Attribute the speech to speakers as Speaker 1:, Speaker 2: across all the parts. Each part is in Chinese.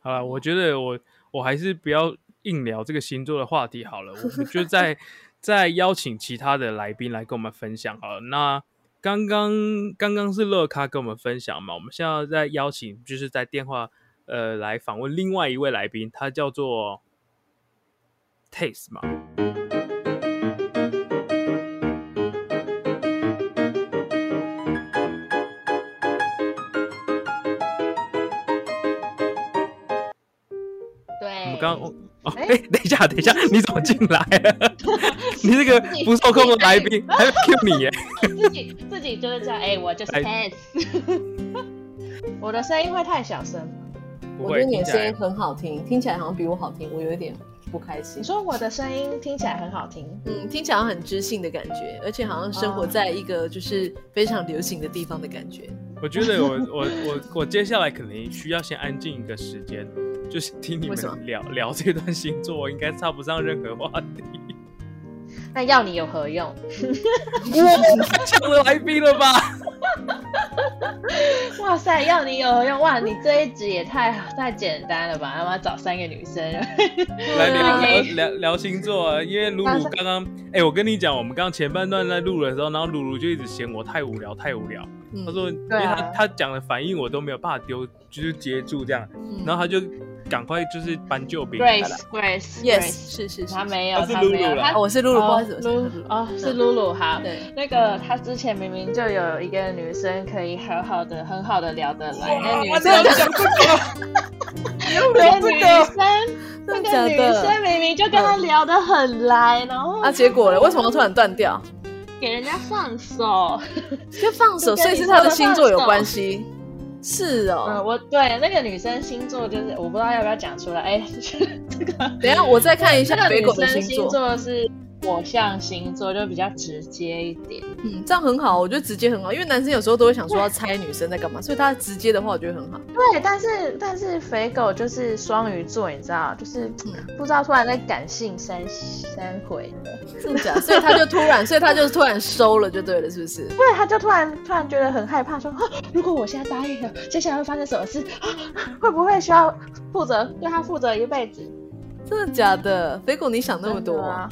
Speaker 1: 好
Speaker 2: 哦
Speaker 1: 了，我觉得我我还是不要硬聊这个星座的话题好了，我们就 再再邀请其他的来宾来跟我们分享好了。那刚刚刚刚是乐咖跟我们分享嘛，我们现在再邀请就是在电话呃来访问另外一位来宾，他叫做 Taste 嘛。
Speaker 3: 对，
Speaker 1: 我们刚
Speaker 2: 嗯
Speaker 1: 哦，哦哎、
Speaker 3: 哎
Speaker 1: 等一下，等一下，你怎么进来 了？你这个不受控的来宾还没 Q 你耶！
Speaker 3: 自己自己就是这样，哎、我就是
Speaker 1: 哎
Speaker 3: Tess，我 的声音会太小声吗？
Speaker 1: 不
Speaker 2: 我觉
Speaker 1: 会，
Speaker 2: 得你
Speaker 1: 听
Speaker 2: 的
Speaker 1: 起
Speaker 2: 声
Speaker 1: 来
Speaker 2: 音很好听，听起来好像比我好听，我有一点不开心
Speaker 3: 你。说我的声音听起来很好听，
Speaker 2: 嗯，听起来好像很知性的感觉，而且好像生活
Speaker 3: 哦
Speaker 2: 在一个就是非常流行的地方的感觉。
Speaker 1: 我觉得我我我我接下来可能需要先安静一个时间，就是听你
Speaker 2: 为什么
Speaker 1: 们聊聊这段星座，我应该插不上任何话题。
Speaker 3: 那要你有何用？
Speaker 1: 哇，太强了来宾了吧？
Speaker 3: 哇塞，要你有何用？哇，你这一集也太太简单了吧？他妈找三个女 生，
Speaker 1: 来聊聊
Speaker 3: OK
Speaker 1: 聊聊星座啊，因为露
Speaker 3: 马
Speaker 1: 露
Speaker 3: 上
Speaker 1: 刚刚，哎、我跟你讲，我们刚刚前半段在录的时候，然后露露就一直嫌我太无聊，太无聊。
Speaker 2: 嗯
Speaker 1: 她说，因为
Speaker 3: 对啊
Speaker 1: 她她讲的反应我都没有办法丢，就是接住这样，
Speaker 2: 嗯
Speaker 1: 然后她就赶快就是搬救兵。
Speaker 3: Grace Grace
Speaker 2: yes
Speaker 3: Grace，
Speaker 2: 是是是，
Speaker 3: 他没有，
Speaker 1: 她是
Speaker 3: 他
Speaker 1: 露
Speaker 3: 没
Speaker 1: 露
Speaker 3: 有，
Speaker 1: 啦
Speaker 3: 他
Speaker 2: 哦，我是露露，不好意思，我是
Speaker 3: 露
Speaker 2: 露露。
Speaker 3: 哦，是露露哈。
Speaker 2: 对，
Speaker 3: 那个她之前明明就有一个女生可以好好的、很好的聊得来，那女
Speaker 1: 哇
Speaker 3: 生
Speaker 1: 你要讲这个，你又
Speaker 3: 那
Speaker 1: 聊
Speaker 3: 个
Speaker 1: 这
Speaker 3: 女
Speaker 1: 个，
Speaker 3: 生，那
Speaker 2: 真的
Speaker 3: 个
Speaker 2: 假
Speaker 3: 女
Speaker 2: 的？
Speaker 3: 生明明就跟他聊得很来，然后
Speaker 2: 啊，结果呢？为什么突然断掉？
Speaker 3: 给人家放手。
Speaker 2: 就放手，
Speaker 3: 就跟
Speaker 2: 所以
Speaker 3: 你
Speaker 2: 是
Speaker 3: 说
Speaker 2: 他的
Speaker 3: 的
Speaker 2: 星
Speaker 3: 放
Speaker 2: 座有
Speaker 3: 手
Speaker 2: 关系。是
Speaker 3: 嗯，
Speaker 2: 哦，
Speaker 3: 我对那个女生星座就是我不知道要不要讲出来，哎， 这个
Speaker 2: 等一下我再看一
Speaker 3: 这
Speaker 2: 下
Speaker 3: 个
Speaker 2: 北
Speaker 3: 女
Speaker 2: 狗的
Speaker 3: 生
Speaker 2: 星
Speaker 3: 星
Speaker 2: 座，
Speaker 3: 座是火象星座，就比较直接一点。
Speaker 2: 嗯，这样很好，我觉得直接很好，因为男生有时候都会想说要猜女生在干嘛，所以他直接的话我觉得很好。
Speaker 3: 对，但是但是肥狗就是双鱼座，你知道，就是
Speaker 2: 嗯
Speaker 3: 不知道突然在感性三三回的，
Speaker 2: 真的假的？所以他就突然，所以他就突然收了，就对了，是不 是？
Speaker 3: 对，他就突然突然觉得很害怕，说、啊、如果我现在答应了，接下来会发生什么事？啊、会不会需要负责对他负责一辈子？
Speaker 2: 真的假的？肥狗，你想那么多
Speaker 3: 真的啊？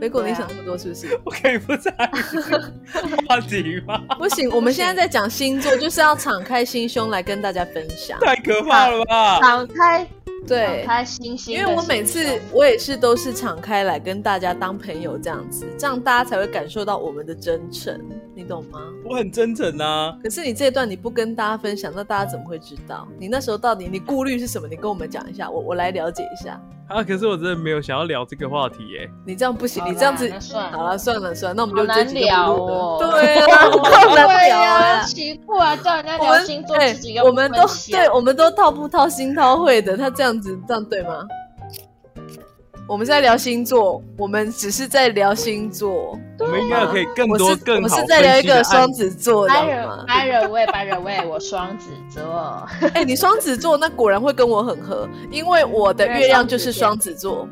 Speaker 2: 肥狗，
Speaker 3: 对啊
Speaker 2: 你想那么多是不是？
Speaker 1: 我可以不参与话题 吗？
Speaker 3: 啊
Speaker 2: 不行，我们现在在讲星座，就是要敞开心胸来跟大家分享。
Speaker 1: 太可怕了吧！
Speaker 3: 敞开，
Speaker 2: 对
Speaker 3: 敞，开心心的心
Speaker 2: 因
Speaker 3: 胸，
Speaker 2: 为我每次我也是都是敞开来跟大家当朋友这样子，这样大家才会感受到我们的真诚，你懂吗？
Speaker 1: 我很真诚啊，
Speaker 2: 可是你这段你不跟大家分享，那大家怎么会知道？你那时候到底你顾虑是什么？你跟我们讲一下，我我来了解一下。
Speaker 1: 啊，可是我真的没有想要聊这个话题耶、
Speaker 2: 你这样不行，
Speaker 3: 好啦
Speaker 2: 你这样子
Speaker 3: 那算了
Speaker 2: 好了，算了算了，那我们
Speaker 3: 好
Speaker 2: 就这
Speaker 3: 难
Speaker 2: 集就
Speaker 3: 聊
Speaker 2: 不录了。
Speaker 3: 哦，
Speaker 2: 对 啊，好难
Speaker 3: 对
Speaker 2: 聊
Speaker 3: 呀，
Speaker 2: 啊。
Speaker 3: 奇怪，叫人家
Speaker 2: 我
Speaker 3: 聊
Speaker 2: 们
Speaker 3: 星座，
Speaker 2: 哎
Speaker 3: 自己又
Speaker 2: 我
Speaker 3: 不
Speaker 2: 们
Speaker 3: 分
Speaker 2: 都
Speaker 3: 享
Speaker 2: 对，我们都套不掏心掏肺的，他这样子这样对吗？我们是在聊星座，我们只是在聊星座。
Speaker 1: 我们应该可以更
Speaker 2: 啊我
Speaker 1: 多
Speaker 2: 是
Speaker 1: 更
Speaker 2: 我
Speaker 1: 好
Speaker 2: 是在聊
Speaker 1: 分
Speaker 2: 一
Speaker 1: 析的
Speaker 2: 个
Speaker 1: 案
Speaker 2: 双
Speaker 1: 例。
Speaker 2: 子座的
Speaker 3: By
Speaker 2: 吗
Speaker 3: the-？by the way, by the way，我双子座，
Speaker 2: 哎、你双子座那果然会跟我很合，因为我的
Speaker 3: 因为
Speaker 2: 月亮
Speaker 3: 双子
Speaker 2: 就是
Speaker 3: 座
Speaker 2: 双 子座。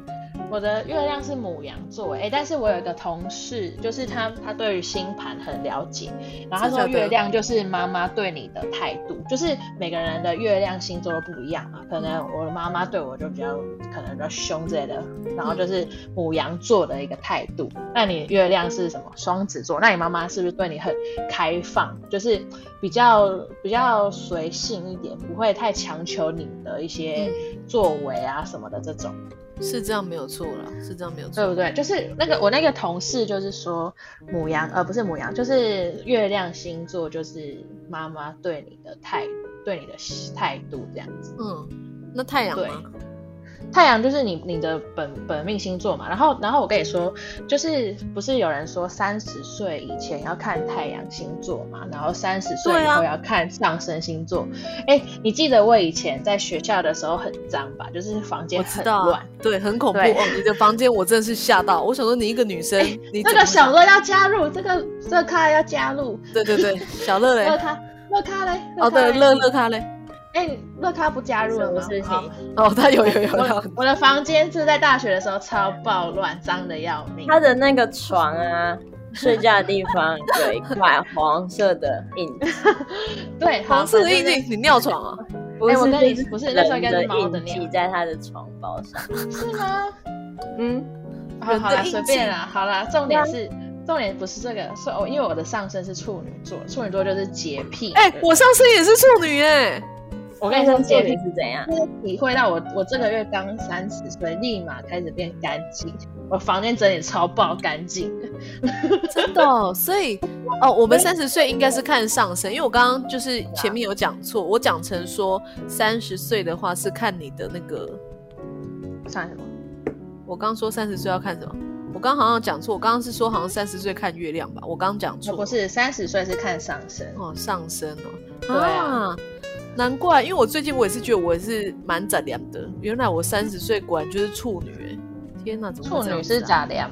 Speaker 3: 我的月亮是母羊座。哎、但是我有一个同事，就是他，他对于星盘很了解，然后他说
Speaker 2: 真的假的
Speaker 3: 月亮就是妈妈对你的态度，就是每个人的月亮星座都不一样嘛。可能我的妈妈对我就比较可能比较凶之类的，然后就是母羊座的一个态度。那你月亮是什么？双子座，那你妈妈是不是对你很开放，就是比较比较随性一点，不会太强求你的一些作为啊什么的这种，
Speaker 2: 是这样没有错啦，是这样没有
Speaker 3: 对
Speaker 2: 错。
Speaker 3: 不对？就是那个我那个同事就是说母羊，呃，不是母羊，就是月亮星座，就是妈妈对你的态对你的态度这样子。
Speaker 2: 嗯，那太阳
Speaker 3: 对
Speaker 2: 呢？
Speaker 3: 太阳就是你你的本本命星座嘛，然后然后我跟你说，就是不是有人说三十岁以前要看太阳星座嘛，然后三十岁
Speaker 2: 对
Speaker 3: 以
Speaker 2: 啊
Speaker 3: 后要看上升星座。哎、你记得我以前在学校的时候很脏吧？就是房间
Speaker 2: 我知
Speaker 3: 很
Speaker 2: 道
Speaker 3: 乱
Speaker 2: 啊，，对，很恐怖
Speaker 3: 对
Speaker 2: 哦。你的房间我真的是吓到，我想说你一个女生，你
Speaker 3: 这
Speaker 2: 怎么
Speaker 3: 个
Speaker 2: 会
Speaker 3: 小乐要加入，这个乐咖要加入，
Speaker 2: 对对对，小乐
Speaker 3: 乐
Speaker 2: 嘞，
Speaker 3: 咖乐咖嘞，
Speaker 2: 哦
Speaker 3: 乐
Speaker 2: 对，
Speaker 3: 咖
Speaker 2: 乐
Speaker 3: 嘞
Speaker 2: 乐咖嘞，
Speaker 3: 哎、乐咖不加入了吗？好
Speaker 2: 哦他有有有有
Speaker 3: 我，我的房间是在大学的时候超暴乱，脏的要命。
Speaker 4: 他的那个床啊，睡觉的地方有一块黄色的印子，
Speaker 3: 对，好
Speaker 2: 黄色的
Speaker 3: 反正
Speaker 2: 印
Speaker 3: 就是
Speaker 2: 记，你尿床啊？
Speaker 4: 不
Speaker 3: 哎
Speaker 4: 是，
Speaker 3: 我跟你
Speaker 4: 就是
Speaker 3: 不是那时候应该是
Speaker 4: 人
Speaker 3: 猫的
Speaker 4: 印
Speaker 3: 尿
Speaker 4: 记在他的床包上。
Speaker 3: 是吗？
Speaker 4: 嗯，
Speaker 3: 好好啦，
Speaker 2: 人的印记啊
Speaker 3: 随便啦，好啦，重点是。重点不是这个，是哦，因为我的上身是处女座，处女座就是洁癖。
Speaker 2: 哎、我上身也是处女哎、
Speaker 3: 我跟你说，洁
Speaker 4: 这
Speaker 3: 癖
Speaker 4: 里是怎样？
Speaker 3: 体会到我，我这个月刚三十岁，立马开始变干净。我房间整理超爆干净的，
Speaker 2: 真的哦、所以哦，我们三十岁应该是看上身，因为我刚刚就是前面有讲错，我讲成说三十岁的话是看你的那个，
Speaker 3: 算什么？
Speaker 2: 我刚说三十岁要看什么？我刚好像讲错，我刚刚是说好像三十岁看月亮吧，我刚讲
Speaker 3: 我哦
Speaker 2: 错
Speaker 3: 呃不，是三十岁是看上身，
Speaker 2: 哦，上身哦，
Speaker 3: 对啊
Speaker 2: 难怪，因为我最近我也是觉得我也是蛮展亮的，原来我三十岁果然就是处女、哎，天哪，怎么
Speaker 3: 处
Speaker 2: 会这样
Speaker 3: 女
Speaker 2: 子啊
Speaker 3: 是咋的呀？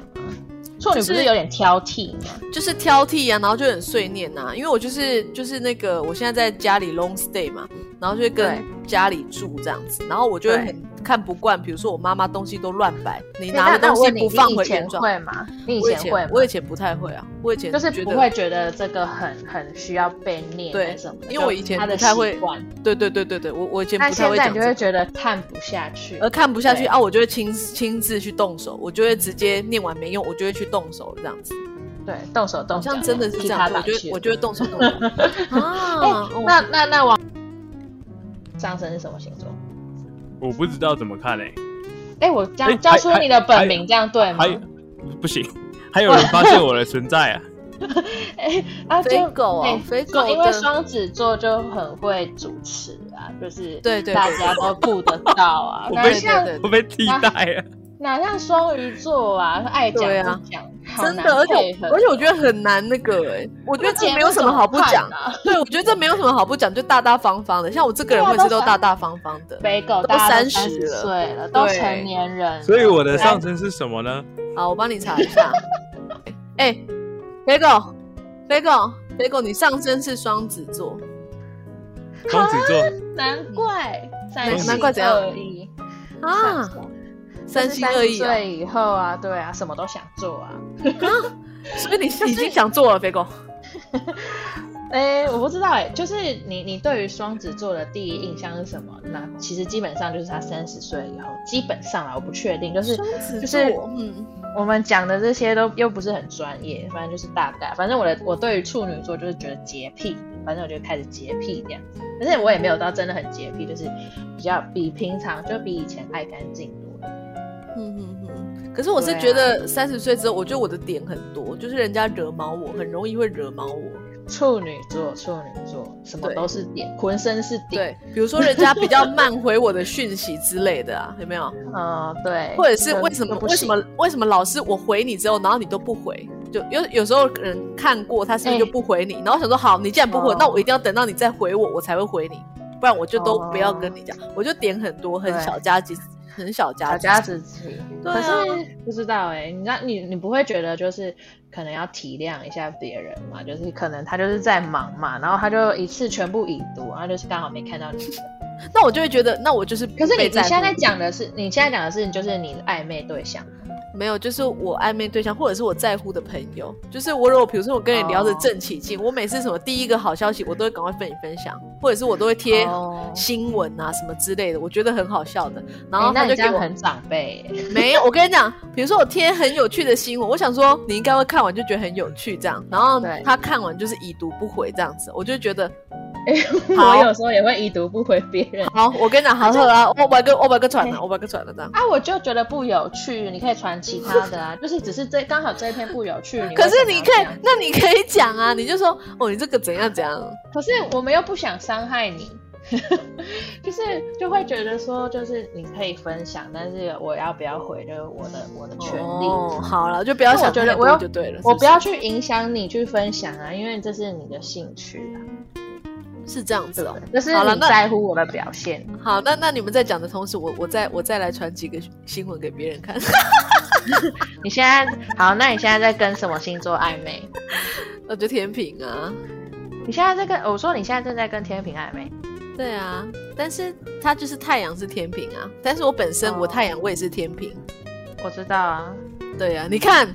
Speaker 3: 处女不
Speaker 2: 就是
Speaker 3: 是有点挑剔吗？
Speaker 2: 就是挑剔啊，然后就很碎念呐、因为我就是就是那个，我现在在家里 long stay 嘛，然后就会跟家里住这样子，然后我就会
Speaker 4: 对
Speaker 2: 很看不惯，比如说我妈妈东西都乱摆，你拿
Speaker 3: 那
Speaker 2: 了
Speaker 3: 那
Speaker 2: 东
Speaker 3: 我
Speaker 2: 西
Speaker 3: 问你，
Speaker 2: 不放
Speaker 3: 你
Speaker 2: 回
Speaker 3: 以
Speaker 2: 原
Speaker 3: 前
Speaker 2: 状。
Speaker 3: 会吗？你以
Speaker 2: 我以
Speaker 3: 前会
Speaker 2: 前
Speaker 3: 吗？
Speaker 2: 我以前不太会啊，我以前
Speaker 3: 就是
Speaker 2: 觉
Speaker 3: 不
Speaker 2: 得
Speaker 3: 会觉得这个很很需要被念
Speaker 2: 对
Speaker 3: 还是什么的，
Speaker 2: 因为我
Speaker 3: 就
Speaker 2: 以前
Speaker 3: 他的
Speaker 2: 不太会
Speaker 3: 习惯
Speaker 2: 对对对对对，我我以前
Speaker 3: 但
Speaker 2: 不太
Speaker 3: 现
Speaker 2: 会
Speaker 3: 在
Speaker 2: 讲
Speaker 3: 你
Speaker 2: 这
Speaker 3: 就会
Speaker 2: 个，
Speaker 3: 觉得看不下去
Speaker 2: 而，看不下去
Speaker 3: 对
Speaker 2: 啊，我就会亲亲自去动手，我就会直接念完没用，我就会去动手这样子，
Speaker 3: 对，动手动
Speaker 2: 好
Speaker 3: 脚，
Speaker 2: 像真的是这
Speaker 3: 踢
Speaker 2: 样
Speaker 3: 踏，
Speaker 2: 对我
Speaker 3: 板
Speaker 2: 就
Speaker 3: 去
Speaker 2: 会我就会动手 动脚啊，哦
Speaker 3: 哎那那那王上升是什么星座？
Speaker 1: 我不知道怎么看嘞、
Speaker 3: 哎，我
Speaker 1: 哎
Speaker 3: 叫叫出
Speaker 1: 还
Speaker 3: 你的本
Speaker 1: 还
Speaker 3: 名，这样对吗
Speaker 1: 还？有不行，还有人发现我的存在 啊！。
Speaker 3: 哎，啊，
Speaker 2: 肥
Speaker 3: 就
Speaker 2: 狗
Speaker 3: 哎
Speaker 2: 哦，肥狗
Speaker 3: 双因为
Speaker 2: 的
Speaker 3: 双子座就很会主持啊，就是
Speaker 2: 对对对
Speaker 3: 大家都顾得到 啊
Speaker 1: 我
Speaker 3: 哪
Speaker 1: 被
Speaker 3: 像
Speaker 2: 对对对
Speaker 1: 我被替代啊！
Speaker 3: 哪像双鱼座啊，爱讲
Speaker 2: 对啊
Speaker 3: 不讲，好
Speaker 2: 真
Speaker 3: 难
Speaker 2: 的，而且
Speaker 3: 配合
Speaker 2: 而且我觉得很难那个哎、我觉得这没有什么好不讲。
Speaker 3: 那节目怎么办啊。
Speaker 2: 对，我觉得这没有什么好不讲，就大大方方的。像我这个人，我也是都大大方方的。
Speaker 3: 北狗
Speaker 2: 都
Speaker 3: 大家都
Speaker 2: 30
Speaker 3: 30
Speaker 2: 了
Speaker 3: 岁了，都
Speaker 2: 对
Speaker 3: 成年人了，
Speaker 1: 所以我的上身是什么呢？
Speaker 2: 好，我帮你查一下。哎、肥狗，肥狗，肥狗，你上身是双子座，啊
Speaker 1: 双子座，
Speaker 3: 难怪三
Speaker 1: 难
Speaker 3: 心
Speaker 2: 怪怎样
Speaker 3: 二意上
Speaker 2: 啊
Speaker 3: 升
Speaker 2: 三
Speaker 3: 就是
Speaker 2: 心二意、
Speaker 3: 30
Speaker 2: 啊，
Speaker 3: 岁以后啊，对啊，什么都想做啊。
Speaker 2: 所以你已经想做了，肥狗。
Speaker 3: 哎、我不知道哎、就是你你对于双子座的第一印象是什么？那其实基本上就是他三十岁以后，基本上啊，我不确定，就是
Speaker 2: 双子
Speaker 3: 就是
Speaker 2: 座，嗯，
Speaker 3: 我们讲的这些都又不是很专业，反正就是大概，反正我的我对于处女座就是觉得洁癖，反正我就开始洁癖这样子，但是我也没有到真的很洁癖，就是比较比平常就比以前爱干净多了。
Speaker 2: 嗯嗯嗯。可是我是
Speaker 3: 啊
Speaker 2: 觉得三十岁之后，我觉得我的点很多，就是人家惹毛我，很容易会惹毛我。
Speaker 3: 处女座，处女座什么
Speaker 2: 对
Speaker 3: 都是点，浑身是点。
Speaker 2: 对，比如说人家比较慢回我的讯息之类的啊，有没有？
Speaker 3: 对，嗯，对。
Speaker 2: 或者是
Speaker 3: 就
Speaker 2: 为什么
Speaker 3: 就不
Speaker 2: 为什
Speaker 3: 行
Speaker 2: 么为什么老是我回你之后，然后你都不回？就有有时候可能看过他是不是
Speaker 3: 哎
Speaker 2: 就不回你？然后想说好，你既然不回，
Speaker 3: 哦
Speaker 2: 那我一定要等到你再回我，我才会回你，不然我就都不要跟你讲。我就点很多，很
Speaker 3: 哦对
Speaker 2: 小家子，很小
Speaker 3: 小
Speaker 2: 家子。
Speaker 3: 家啊子气，
Speaker 2: 对
Speaker 3: 可
Speaker 2: 啊
Speaker 3: 是不知道哎、你知道你你不会觉得就是可能要体谅一下别人嘛？就是可能他就是在忙嘛，然后他就一次全部已读，然后就是刚好没看到你。
Speaker 2: 那我就会觉得，那我就是
Speaker 3: 可是你
Speaker 2: 被
Speaker 3: 你
Speaker 2: 在乎
Speaker 3: 现在讲的是你现在讲的是就是你的暧昧对象，
Speaker 2: 没有，就是我暧昧对象，或者是我在乎的朋友，就是我如果比如说我跟你聊得
Speaker 3: 哦
Speaker 2: 正起劲，我每次什么第一个好消息，我都会赶快跟你分享，或者是我都会贴
Speaker 3: 哦
Speaker 2: 新闻啊什么之类的，我觉得很好笑的。然
Speaker 3: 哎
Speaker 2: 后
Speaker 3: 那
Speaker 2: 他
Speaker 3: 你
Speaker 2: 就
Speaker 3: 这
Speaker 2: 给
Speaker 3: 样
Speaker 2: 我、
Speaker 3: 很长辈、欸。
Speaker 2: 没有，我跟你讲，比如说我贴很有趣的新闻，我想说你应该会看完就觉得很有趣这样，然后
Speaker 3: 对
Speaker 2: 他看完就是已读不回这样子，我就觉得 好
Speaker 3: 我有时候也会已读不回别人
Speaker 2: 好，我跟你讲，好喝啊，我把个我把个转 了，我把个转了这样。
Speaker 3: 啊，我就觉得不有趣，你可以传其他的啊，就是只是这刚好这一篇不有趣，你为
Speaker 2: 可是
Speaker 3: 什么
Speaker 2: 你
Speaker 3: 要
Speaker 2: 可
Speaker 3: 这
Speaker 2: 以
Speaker 3: 样，
Speaker 2: 那你可以讲啊，你就说哦，你这个怎样怎样。
Speaker 3: 可是我们又不想伤害你， 就是就会觉得说，就是你可以分享，但是我要不要回，就是我的我的权利。
Speaker 2: 嗯哦，好了，就不要想
Speaker 3: 那我觉得
Speaker 2: 太多
Speaker 3: 我要
Speaker 2: 就对了。是
Speaker 3: 我
Speaker 2: 是
Speaker 3: 不要去影响你去分享啊，因为这是你的兴趣啊，
Speaker 2: 是这样子
Speaker 3: 对
Speaker 2: 哦
Speaker 3: 不。对？这是
Speaker 2: 好了
Speaker 3: 你
Speaker 2: 那
Speaker 3: 在乎我的表现。
Speaker 2: 好，那那你们在讲的同时，我我再我再来传几个新闻给别人看。
Speaker 3: 你现在好，那你现在在跟什么星座暧昧？
Speaker 2: 我就天平啊，
Speaker 3: 你现在在跟我说你现在正在跟天平暧昧，
Speaker 2: 对啊，但是它就是太阳是天平啊，但是我本身
Speaker 3: 哦
Speaker 2: 我太阳我也是天平，
Speaker 3: 我知道啊，
Speaker 2: 对啊，你看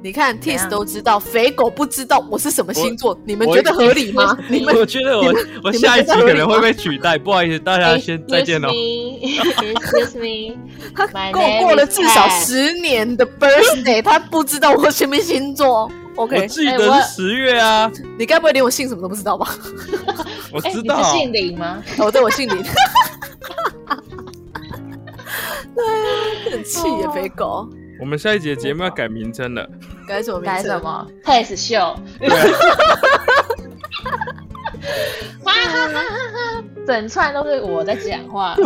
Speaker 2: 你看 Tis 都知道，肥狗不知道我是什么星座，你们
Speaker 1: 我
Speaker 2: 觉得合理吗？你们
Speaker 1: 我觉得我我
Speaker 2: 你们哎
Speaker 1: 下一
Speaker 2: 觉
Speaker 1: 集
Speaker 2: 得合
Speaker 1: 可
Speaker 2: 理
Speaker 1: 能
Speaker 2: 吗
Speaker 1: 会被取代，不好意思，大家先再见哦喽。
Speaker 3: 哎 Excuse me，
Speaker 2: 他
Speaker 3: My
Speaker 2: 跟我
Speaker 3: name
Speaker 2: 过了
Speaker 3: is
Speaker 2: 至少
Speaker 3: Ted
Speaker 2: 十年的 birthday，他不知道我什么星座。
Speaker 1: 我
Speaker 2: OK，
Speaker 1: 记
Speaker 3: 哎
Speaker 1: 得
Speaker 3: 我
Speaker 1: 是十月啊，
Speaker 2: 你该不会连我姓什么都不知道吧？
Speaker 1: 我
Speaker 3: 哎、
Speaker 1: 知
Speaker 3: 你是
Speaker 1: 道。
Speaker 3: 姓林吗？
Speaker 2: 哦，对，我姓 林。对，哎很气耶，肥狗。
Speaker 1: 我们下一集的节目要改名称 了，
Speaker 2: 改什么名
Speaker 3: 改
Speaker 2: 字？
Speaker 3: 什？么 t e s 秀？
Speaker 1: 对啊，
Speaker 3: 哇哈哈哈哈！ 整串都是我在讲 话。
Speaker 1: 啊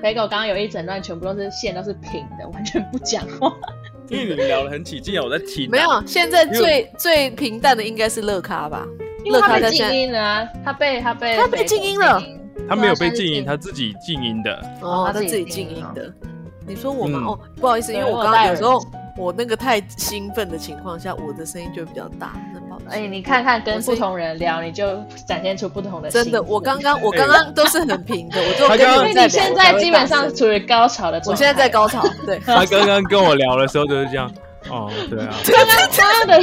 Speaker 3: 肥狗刚刚有一整段全部都是线都是平的，完全不讲话。
Speaker 1: 因为你们聊得很起劲啊，我在提。
Speaker 2: 没，有，现在
Speaker 1: 因为
Speaker 2: 最最平淡的应该是乐咖吧？
Speaker 3: 因为
Speaker 2: 乐
Speaker 3: 他
Speaker 2: 咖在
Speaker 3: 被静
Speaker 2: 现在
Speaker 3: 音了啊，他被他被
Speaker 2: 他被静音了
Speaker 3: 被静音
Speaker 1: 他没有被
Speaker 3: 对啊
Speaker 1: 静音，
Speaker 3: 他
Speaker 1: 他自己静音的。
Speaker 2: 哦，他
Speaker 3: 他
Speaker 2: 自
Speaker 3: 自
Speaker 2: 己
Speaker 3: 己
Speaker 2: 静
Speaker 3: 静
Speaker 2: 音
Speaker 3: 音
Speaker 2: 的。你说我吗？
Speaker 1: 嗯
Speaker 2: 哦，不好意思，因
Speaker 3: 对
Speaker 2: 为我
Speaker 3: 我
Speaker 2: 刚
Speaker 3: 有
Speaker 2: 刚
Speaker 3: 带
Speaker 2: 有
Speaker 3: 耳
Speaker 2: 时候我那个太兴奋的情况下，我的声音就会比较大，那不好意思
Speaker 3: 哎、你看看
Speaker 2: 我
Speaker 3: 跟
Speaker 2: 是
Speaker 3: 不同人聊，你就展现出不同的心
Speaker 2: 真
Speaker 3: 思。
Speaker 2: 的，我刚刚我刚刚都是很平的，我就
Speaker 1: 他
Speaker 2: 跟
Speaker 1: 刚刚
Speaker 3: 因
Speaker 2: 你
Speaker 3: 为
Speaker 2: 们
Speaker 3: 你
Speaker 2: 在
Speaker 3: 现
Speaker 2: 聊
Speaker 3: 在基本上，处于高潮的
Speaker 2: 我才会大声我
Speaker 3: 状态。
Speaker 2: 现在在高潮， 对，
Speaker 1: 他刚刚跟我聊的时候就是这样。哦，对啊，
Speaker 3: 刚刚的，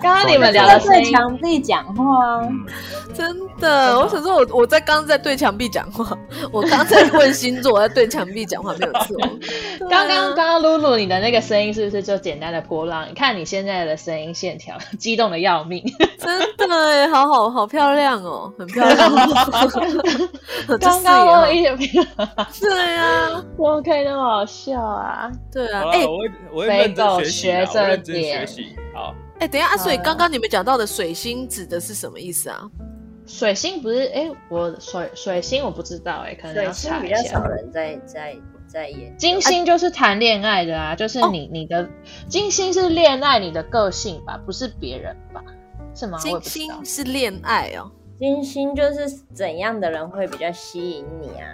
Speaker 3: 刚刚你们聊
Speaker 4: 他
Speaker 3: 的
Speaker 2: 哦
Speaker 4: 对
Speaker 3: 声音，
Speaker 4: 墙壁讲话啊，
Speaker 1: 嗯，
Speaker 2: 真的，我想说我我在刚刚在对墙壁讲话， 我刚在问星座，我在对墙壁讲话，没有错。对啊
Speaker 3: 刚刚刚刚露露你的那个声音是不是就简单的波浪？你看你现在的声音线条，激动的要命。
Speaker 2: 真的哎，好好好漂亮哦，很漂 亮哦。这
Speaker 3: 刚
Speaker 2: 视野
Speaker 3: 刚
Speaker 2: 哦
Speaker 3: 我一点没有，
Speaker 2: 对啊，
Speaker 3: 怎么可以那么好笑啊？
Speaker 2: 对啊
Speaker 1: 好，了，
Speaker 2: 哎
Speaker 1: 我会我会认真学习啊，
Speaker 3: 肥狗学
Speaker 1: 我
Speaker 3: 着
Speaker 1: 认真学
Speaker 3: 点
Speaker 1: 习。好，
Speaker 2: 哎，等一下，啊所以
Speaker 3: 好
Speaker 2: 刚刚你们讲到的水星指的是什么意思啊？
Speaker 3: 水星不是？哎，我水水星我不知道哎、可能
Speaker 4: 水
Speaker 3: 要
Speaker 4: 星
Speaker 3: 查
Speaker 4: 比
Speaker 3: 一
Speaker 4: 较
Speaker 3: 下
Speaker 4: 少。人在在在演。
Speaker 3: 金星就是谈恋爱的啊，就是
Speaker 2: 哦
Speaker 3: 你、你的金星是恋爱你的个性吧，不是别人吧？是啊吗？我也
Speaker 2: 金
Speaker 3: 不知道
Speaker 2: 星是恋爱哦，
Speaker 4: 金星就是怎样的人会比较吸引你啊？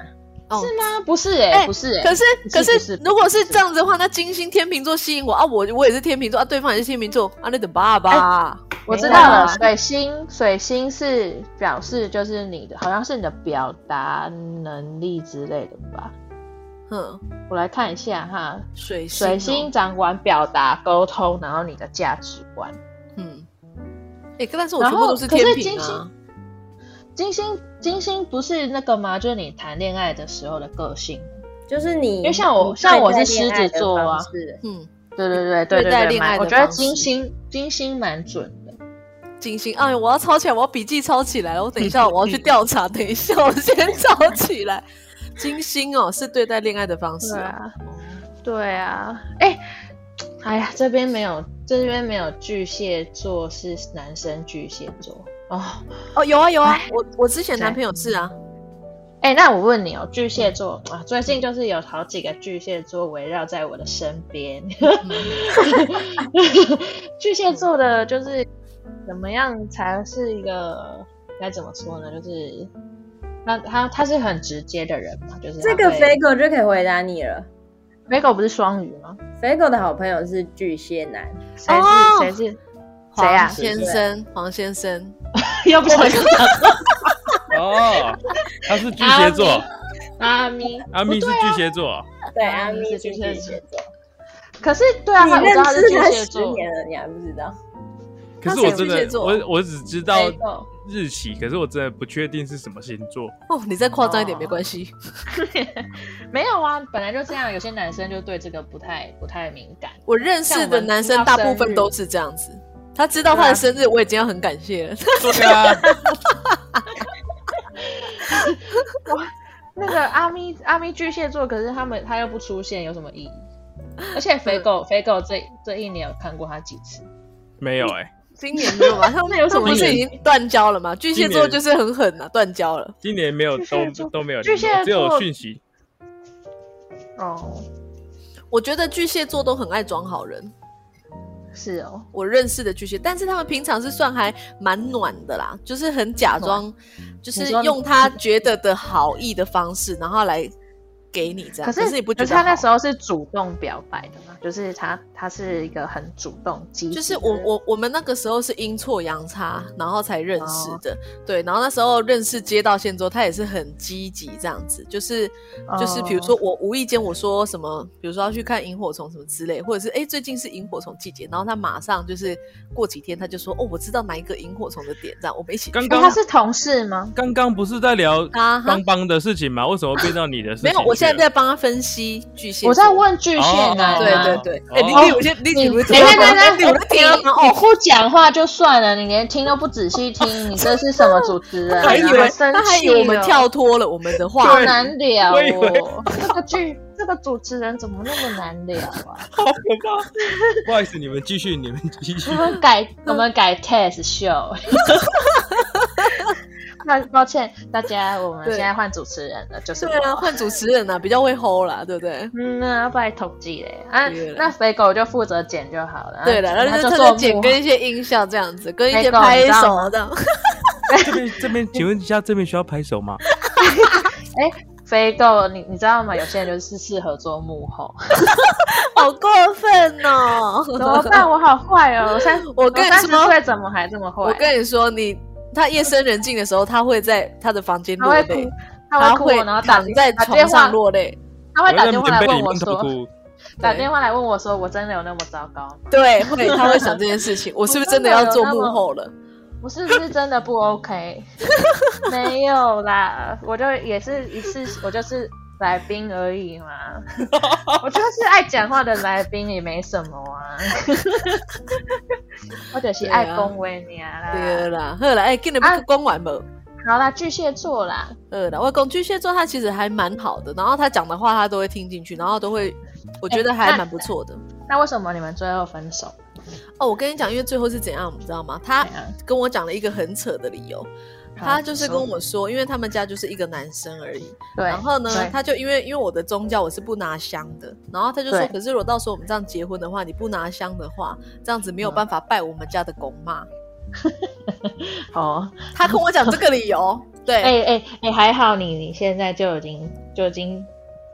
Speaker 2: 哦
Speaker 3: 是吗？不是哎、
Speaker 2: 哎
Speaker 3: 不是哎、
Speaker 2: 可是
Speaker 3: 不是
Speaker 2: 可
Speaker 3: 不
Speaker 2: 是
Speaker 3: 是，
Speaker 2: 如果是
Speaker 3: 不是
Speaker 2: 这样子的话，那金星天秤座吸引我啊，我我也是天秤座啊，对方也是天秤座啊，那等爸爸。
Speaker 3: 我知道了，
Speaker 2: 没有啊
Speaker 3: 水星水星是表示就是你的，好像是你的表达能力之类的吧？
Speaker 2: 嗯，
Speaker 3: 我来看一下哈，
Speaker 2: 水星哦
Speaker 3: 哎水星掌管表达、沟通，然后你的价值观。
Speaker 2: 嗯，哎，但是我
Speaker 3: 然
Speaker 2: 全部
Speaker 3: 后
Speaker 2: 都是
Speaker 3: 可
Speaker 2: 天
Speaker 3: 是
Speaker 2: 平
Speaker 3: 金
Speaker 2: 啊
Speaker 3: 星。金星金星不是那个吗？就是你谈恋爱的时候的个性。
Speaker 4: 就是你，
Speaker 3: 因为像我
Speaker 4: 你
Speaker 3: 像我
Speaker 4: 对待
Speaker 3: 是狮
Speaker 4: 恋爱
Speaker 3: 子
Speaker 4: 的
Speaker 3: 座啊
Speaker 4: 方式
Speaker 2: 嗯，
Speaker 3: 对对对
Speaker 2: 对
Speaker 3: 对
Speaker 2: 待
Speaker 3: 对对，
Speaker 2: 恋爱
Speaker 3: 蛮
Speaker 2: 的
Speaker 3: 我觉得
Speaker 2: 方式
Speaker 3: 金星金星蛮准的。
Speaker 2: 金星，哎呦，我要抄起来，我要笔记抄起来了。我等一下，我要去调查。等一下，我先抄 起来。金星哦，是对待恋爱的方式
Speaker 3: 对
Speaker 2: 啊。
Speaker 3: 啊，对啊，哎、哎呀，这边没有，这边没有巨蟹座是男生巨蟹座哦。
Speaker 2: 哦，有啊有啊
Speaker 3: 哎，
Speaker 2: 我我之前男朋友是啊，
Speaker 3: 哎、那我问你哦，巨蟹座啊，最近就是有好几个巨蟹座围绕在我的身边。
Speaker 2: 嗯
Speaker 3: 巨蟹座的
Speaker 4: 嗯
Speaker 3: 就是怎么样才是一个该怎么说呢？就是那他他是很直接的人嘛，就是他
Speaker 4: 这个
Speaker 3: 会
Speaker 4: 肥狗就可以回答你了。
Speaker 3: 肥狗不是双鱼吗？
Speaker 4: 肥狗的好朋友是巨蟹男，
Speaker 3: 谁是、
Speaker 2: 哦
Speaker 3: 谁是谁呀、
Speaker 2: 黄
Speaker 3: 啊？
Speaker 2: 先生，黄先生，
Speaker 3: 又不想
Speaker 1: 哦，他是巨蟹座，
Speaker 3: 阿咪，
Speaker 1: 阿咪是巨蟹座，
Speaker 4: 对，
Speaker 3: 啊
Speaker 4: 阿咪
Speaker 3: 你
Speaker 4: 是
Speaker 3: 是
Speaker 4: 巨
Speaker 3: 巨
Speaker 4: 蟹
Speaker 3: 蟹
Speaker 4: 座。
Speaker 3: 可是对啊，他我
Speaker 4: 你
Speaker 3: 知道
Speaker 4: 认
Speaker 3: 他是
Speaker 4: 识
Speaker 3: 巨
Speaker 4: 他
Speaker 3: 蟹
Speaker 4: 十
Speaker 3: 座。
Speaker 4: 年了，你还不知道？
Speaker 1: 可是我
Speaker 2: 他是
Speaker 1: 真
Speaker 2: 巨蟹
Speaker 1: 的
Speaker 2: 座
Speaker 1: 我我只知道
Speaker 3: 肥狗，
Speaker 1: 日期，可是我真的不确定是什么星座。
Speaker 2: 哦，你再夸张一点
Speaker 3: 哦
Speaker 2: 没关系。
Speaker 3: 没有啊，本来就这样。有些男生就对这个不太不太敏感。
Speaker 2: 我认识的男生大部分都是这样子。他知道
Speaker 3: 啊
Speaker 2: 他的生日，我已经要很感谢了。
Speaker 1: 对啊，
Speaker 3: 那个阿咪阿咪巨蟹座，可是他们他又不出现，有什么意义？而且肥狗肥狗这这一年有看过他几次？
Speaker 1: 没有哎，
Speaker 2: 今年没有吧？他们
Speaker 3: 那有什么
Speaker 2: 不是
Speaker 1: 意
Speaker 2: 已
Speaker 1: 义
Speaker 2: 经断交了吗？巨蟹座
Speaker 1: 今年
Speaker 2: 就是很狠啊，断交了。
Speaker 1: 今年没有
Speaker 3: 巨蟹
Speaker 1: 都
Speaker 3: 座
Speaker 1: 都没有，
Speaker 3: 巨蟹座
Speaker 1: 只有讯息。
Speaker 3: 哦，
Speaker 2: 我觉得巨蟹座都很爱装好人。
Speaker 3: 是哦，
Speaker 2: 我认识的巨蟹，但是他们平常是算还蛮暖的啦，就是很假装，就是
Speaker 3: 你说
Speaker 2: 用他觉得的好意的方式，然后来给你这样，
Speaker 3: 啊可
Speaker 2: 是你不觉
Speaker 3: 可
Speaker 2: 得
Speaker 3: 是他那
Speaker 2: 好
Speaker 3: 时候是主动表白的嘛？就是他他是一个很主动积极的，
Speaker 2: 就是我我我们那个时候是阴错阳差，然后才认识的，
Speaker 3: 哦
Speaker 2: 对。然后那时候认识接到线之后，他也是很积极这样子，就是就是比如说
Speaker 3: 哦
Speaker 2: 我无意间我说什么，比如说要去看萤火虫什么之类，或者是哎最近是萤火虫季节，然后他马上就是过几天他就说哦我知道哪一个萤火虫的点，这样我们一起去
Speaker 1: 刚
Speaker 3: 哎
Speaker 1: 刚
Speaker 3: 他是同事吗？
Speaker 1: 刚刚不是在聊
Speaker 2: 啊哈
Speaker 1: 邦邦的事情吗？为什么变到你的事情
Speaker 2: 没
Speaker 1: 去了？
Speaker 2: 有，我现在在帮他分析巨蟹座，
Speaker 3: 我在问巨蟹男、
Speaker 1: 哦
Speaker 2: 对
Speaker 3: 啊，
Speaker 2: 对对，哎、
Speaker 1: 哦
Speaker 2: 你你有些你你不是
Speaker 3: 等一下，等
Speaker 2: 哎
Speaker 3: 一
Speaker 2: 你
Speaker 3: 下，
Speaker 2: 我在听啊
Speaker 3: 你
Speaker 2: 哦，
Speaker 3: 不讲话就算了，你连听都不仔细听，你这是什么主持人啊？
Speaker 2: 还以为
Speaker 3: 好生气
Speaker 2: 他还以为我们
Speaker 3: 哦
Speaker 2: 跳脱了我们的话
Speaker 3: 好
Speaker 1: 对
Speaker 3: 难聊
Speaker 1: 我以为
Speaker 3: 哦， 这个剧这个主持人怎么那么难聊啊？
Speaker 1: 好可怕！ 不好意思，你们继续，你们继续
Speaker 3: 我。们 改我们改 test show。那抱歉大家，我们
Speaker 2: 对
Speaker 3: 现在换主持人了，就是
Speaker 2: 对啊，
Speaker 3: 我。
Speaker 2: 换主持人啊，比较会 hold 啦，对不对？
Speaker 3: 嗯，那要不然统计嘞啊
Speaker 2: 对了，
Speaker 3: 那肥狗就负责剪就好了。啊
Speaker 2: 对了，然
Speaker 3: 他
Speaker 2: 后就特
Speaker 3: 做
Speaker 2: 别剪
Speaker 3: 幕
Speaker 2: 跟一些音效这样子，跟一些
Speaker 3: 那个
Speaker 2: 拍
Speaker 3: 你知道
Speaker 2: 手
Speaker 3: 吗
Speaker 2: 这样。
Speaker 1: 这边这边，请问一下，这边需要拍手吗？
Speaker 3: 肥狗，你你知道吗？有些人就是适合做幕 后，
Speaker 2: 好过分哦！
Speaker 3: 怎么办？我好坏哦！我三
Speaker 2: 我跟你
Speaker 3: 三十
Speaker 2: 说
Speaker 3: 岁怎么还这么坏？
Speaker 2: 我跟你说，你他夜深人静的时候，他会在他的房间
Speaker 3: 他
Speaker 2: 落
Speaker 3: 会
Speaker 2: 泪
Speaker 3: 哭，，他会
Speaker 2: 他
Speaker 3: 哭我，然后打
Speaker 2: 躺在
Speaker 3: 打
Speaker 2: 床
Speaker 3: 电
Speaker 2: 上
Speaker 3: 话，
Speaker 2: 落泪。
Speaker 3: 他会打电话来问我
Speaker 1: 痛
Speaker 3: 说，
Speaker 1: 哭。
Speaker 3: 打
Speaker 2: 对
Speaker 3: 电话来问我说，我真的有那么糟糕吗？
Speaker 2: 对，会 他会想这件事情，我是不是真的要做幕后了？
Speaker 3: 我是不是真 的不 OK？没有啦，我就也是一次，我就是来宾而已 嘛，我就是爱讲话的来宾，也没什么 啊。我就是爱恭维你啊
Speaker 2: 对
Speaker 3: 啦。
Speaker 2: 啦，好啦，哎，跟你
Speaker 3: 啊
Speaker 2: 们光玩吧。
Speaker 3: 好啦，巨蟹座啦，
Speaker 2: 呃，我公巨蟹座他其实还蛮好的，然后他讲的话他都会听进去，然后都会，我觉得
Speaker 3: 哎
Speaker 2: 还蛮不错的。
Speaker 3: 那为什么你们最后分手？
Speaker 2: 哦，我跟你讲，因为最后是怎样，你知道吗？他
Speaker 3: 怎样
Speaker 2: 跟我讲了一个很扯的理由，
Speaker 3: 好
Speaker 2: 他就是跟
Speaker 3: 说
Speaker 2: 我说，因为他们家就是一个男生而已。
Speaker 3: 对，
Speaker 2: 然后呢
Speaker 3: 对，
Speaker 2: 他就因为因为我的宗教我是不拿香的，然后他就说，
Speaker 3: 对
Speaker 2: 可是如果到时候我们这样结婚的话，你不拿香的话，这样子没有
Speaker 3: 嗯
Speaker 2: 办法拜我们家的公妈。
Speaker 3: 哦，
Speaker 2: 他跟我讲这个理 由，对。
Speaker 3: 哎哎哎，还好你你现在就已经就已经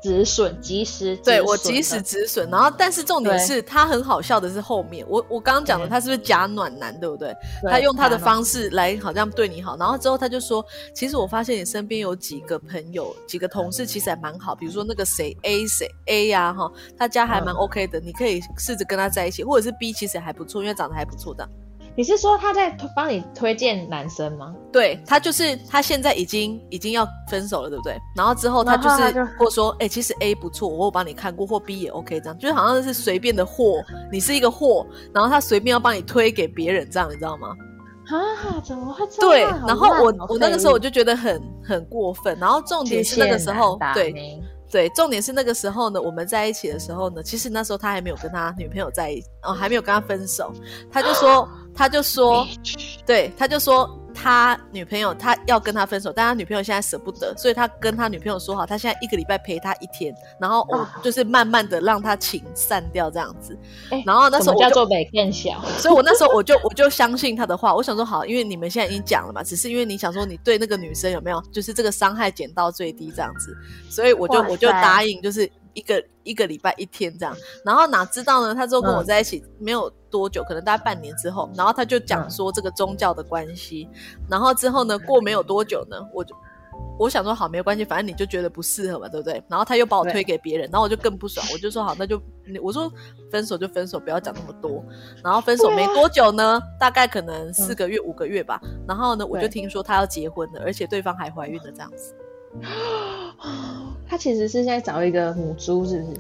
Speaker 3: 止损，及时止
Speaker 2: 对我
Speaker 3: 损
Speaker 2: 及
Speaker 3: 了
Speaker 2: 时止损，然后但是重点
Speaker 3: 对
Speaker 2: 是他很好笑的是后面，我我刚刚讲的
Speaker 3: 对
Speaker 2: 他是不是假暖男，对不对？
Speaker 3: 对
Speaker 2: 他用他的
Speaker 3: 打扰
Speaker 2: 方式来好像对你好，然后之后他就说，其实我发现你身边有几个朋友、几个同事其实还蛮好，比如说那个谁 A 谁 A 呀、哈，他家还
Speaker 3: 嗯
Speaker 2: 蛮 OK 的，你可以试着跟他在一起，或者是 B 其实还不错，因为长得还不错的。
Speaker 3: 你是说他在推帮你推荐男生吗？
Speaker 2: 对他就是他现在已经已经要分手了，对不对？然后之后他
Speaker 3: 然后
Speaker 2: 就
Speaker 3: 他
Speaker 2: 是
Speaker 3: 就
Speaker 2: 或说，哎、其实 A 不错，我有帮你看过，或 B 也 OK，这样就是好像是随便的货，你是一个货，然后他随便要帮你推给别人，这样你知道吗？
Speaker 3: 啊，哦怎么会这
Speaker 2: 对，
Speaker 3: 样？
Speaker 2: 然后我我那个时候我
Speaker 3: 就
Speaker 2: 就觉得很很过分，然后重点是那个时候，对对，重点是那个时候呢，我们在一起的时候呢，其实那时候他还没有跟他女朋友在一起，哦，还没有跟他分手，他就说他就说。对，他就说他女朋友他要跟他分手，但他女朋友现在舍不得，所以他跟他女朋友说好，他现在一个礼拜陪他一天，然后我
Speaker 3: 啊
Speaker 2: 就是慢慢的让他情散掉这样子。
Speaker 3: 哎
Speaker 2: 然后那时
Speaker 3: 什
Speaker 2: 候
Speaker 3: 么叫
Speaker 2: 我就，
Speaker 3: 做北更小？
Speaker 2: 所以我那时候我就我就相信他的话，我想说好，因为你们现在已经讲了嘛，只是因为你想说你对那个女生有没有就是这个伤害减到最低这样子，所以我就
Speaker 3: 哇塞
Speaker 2: 我就答应就是。一个一个礼拜一天这样，然后哪知道呢？他之后跟我
Speaker 3: 嗯
Speaker 2: 在一起没有多久，可能大概半年之后，然后他就
Speaker 3: 嗯
Speaker 2: 讲说这个宗教的关系，然后之后呢，过没有多久呢，我就我想说好没有关系，反正你就觉得不适合嘛，对不对？然后他又把我
Speaker 3: 对
Speaker 2: 推给别人，然后我就更不爽，我就说好，那就你我说分手就分手，不要讲那么多。然后分手没
Speaker 3: 啊
Speaker 2: 多久呢，大概可能四个月、五个月吧。然后呢，我
Speaker 3: 嗯对
Speaker 2: 就听说他要结婚了，而且对方还怀孕了，这样子。
Speaker 3: 他其实是在找一个母猪，是不是？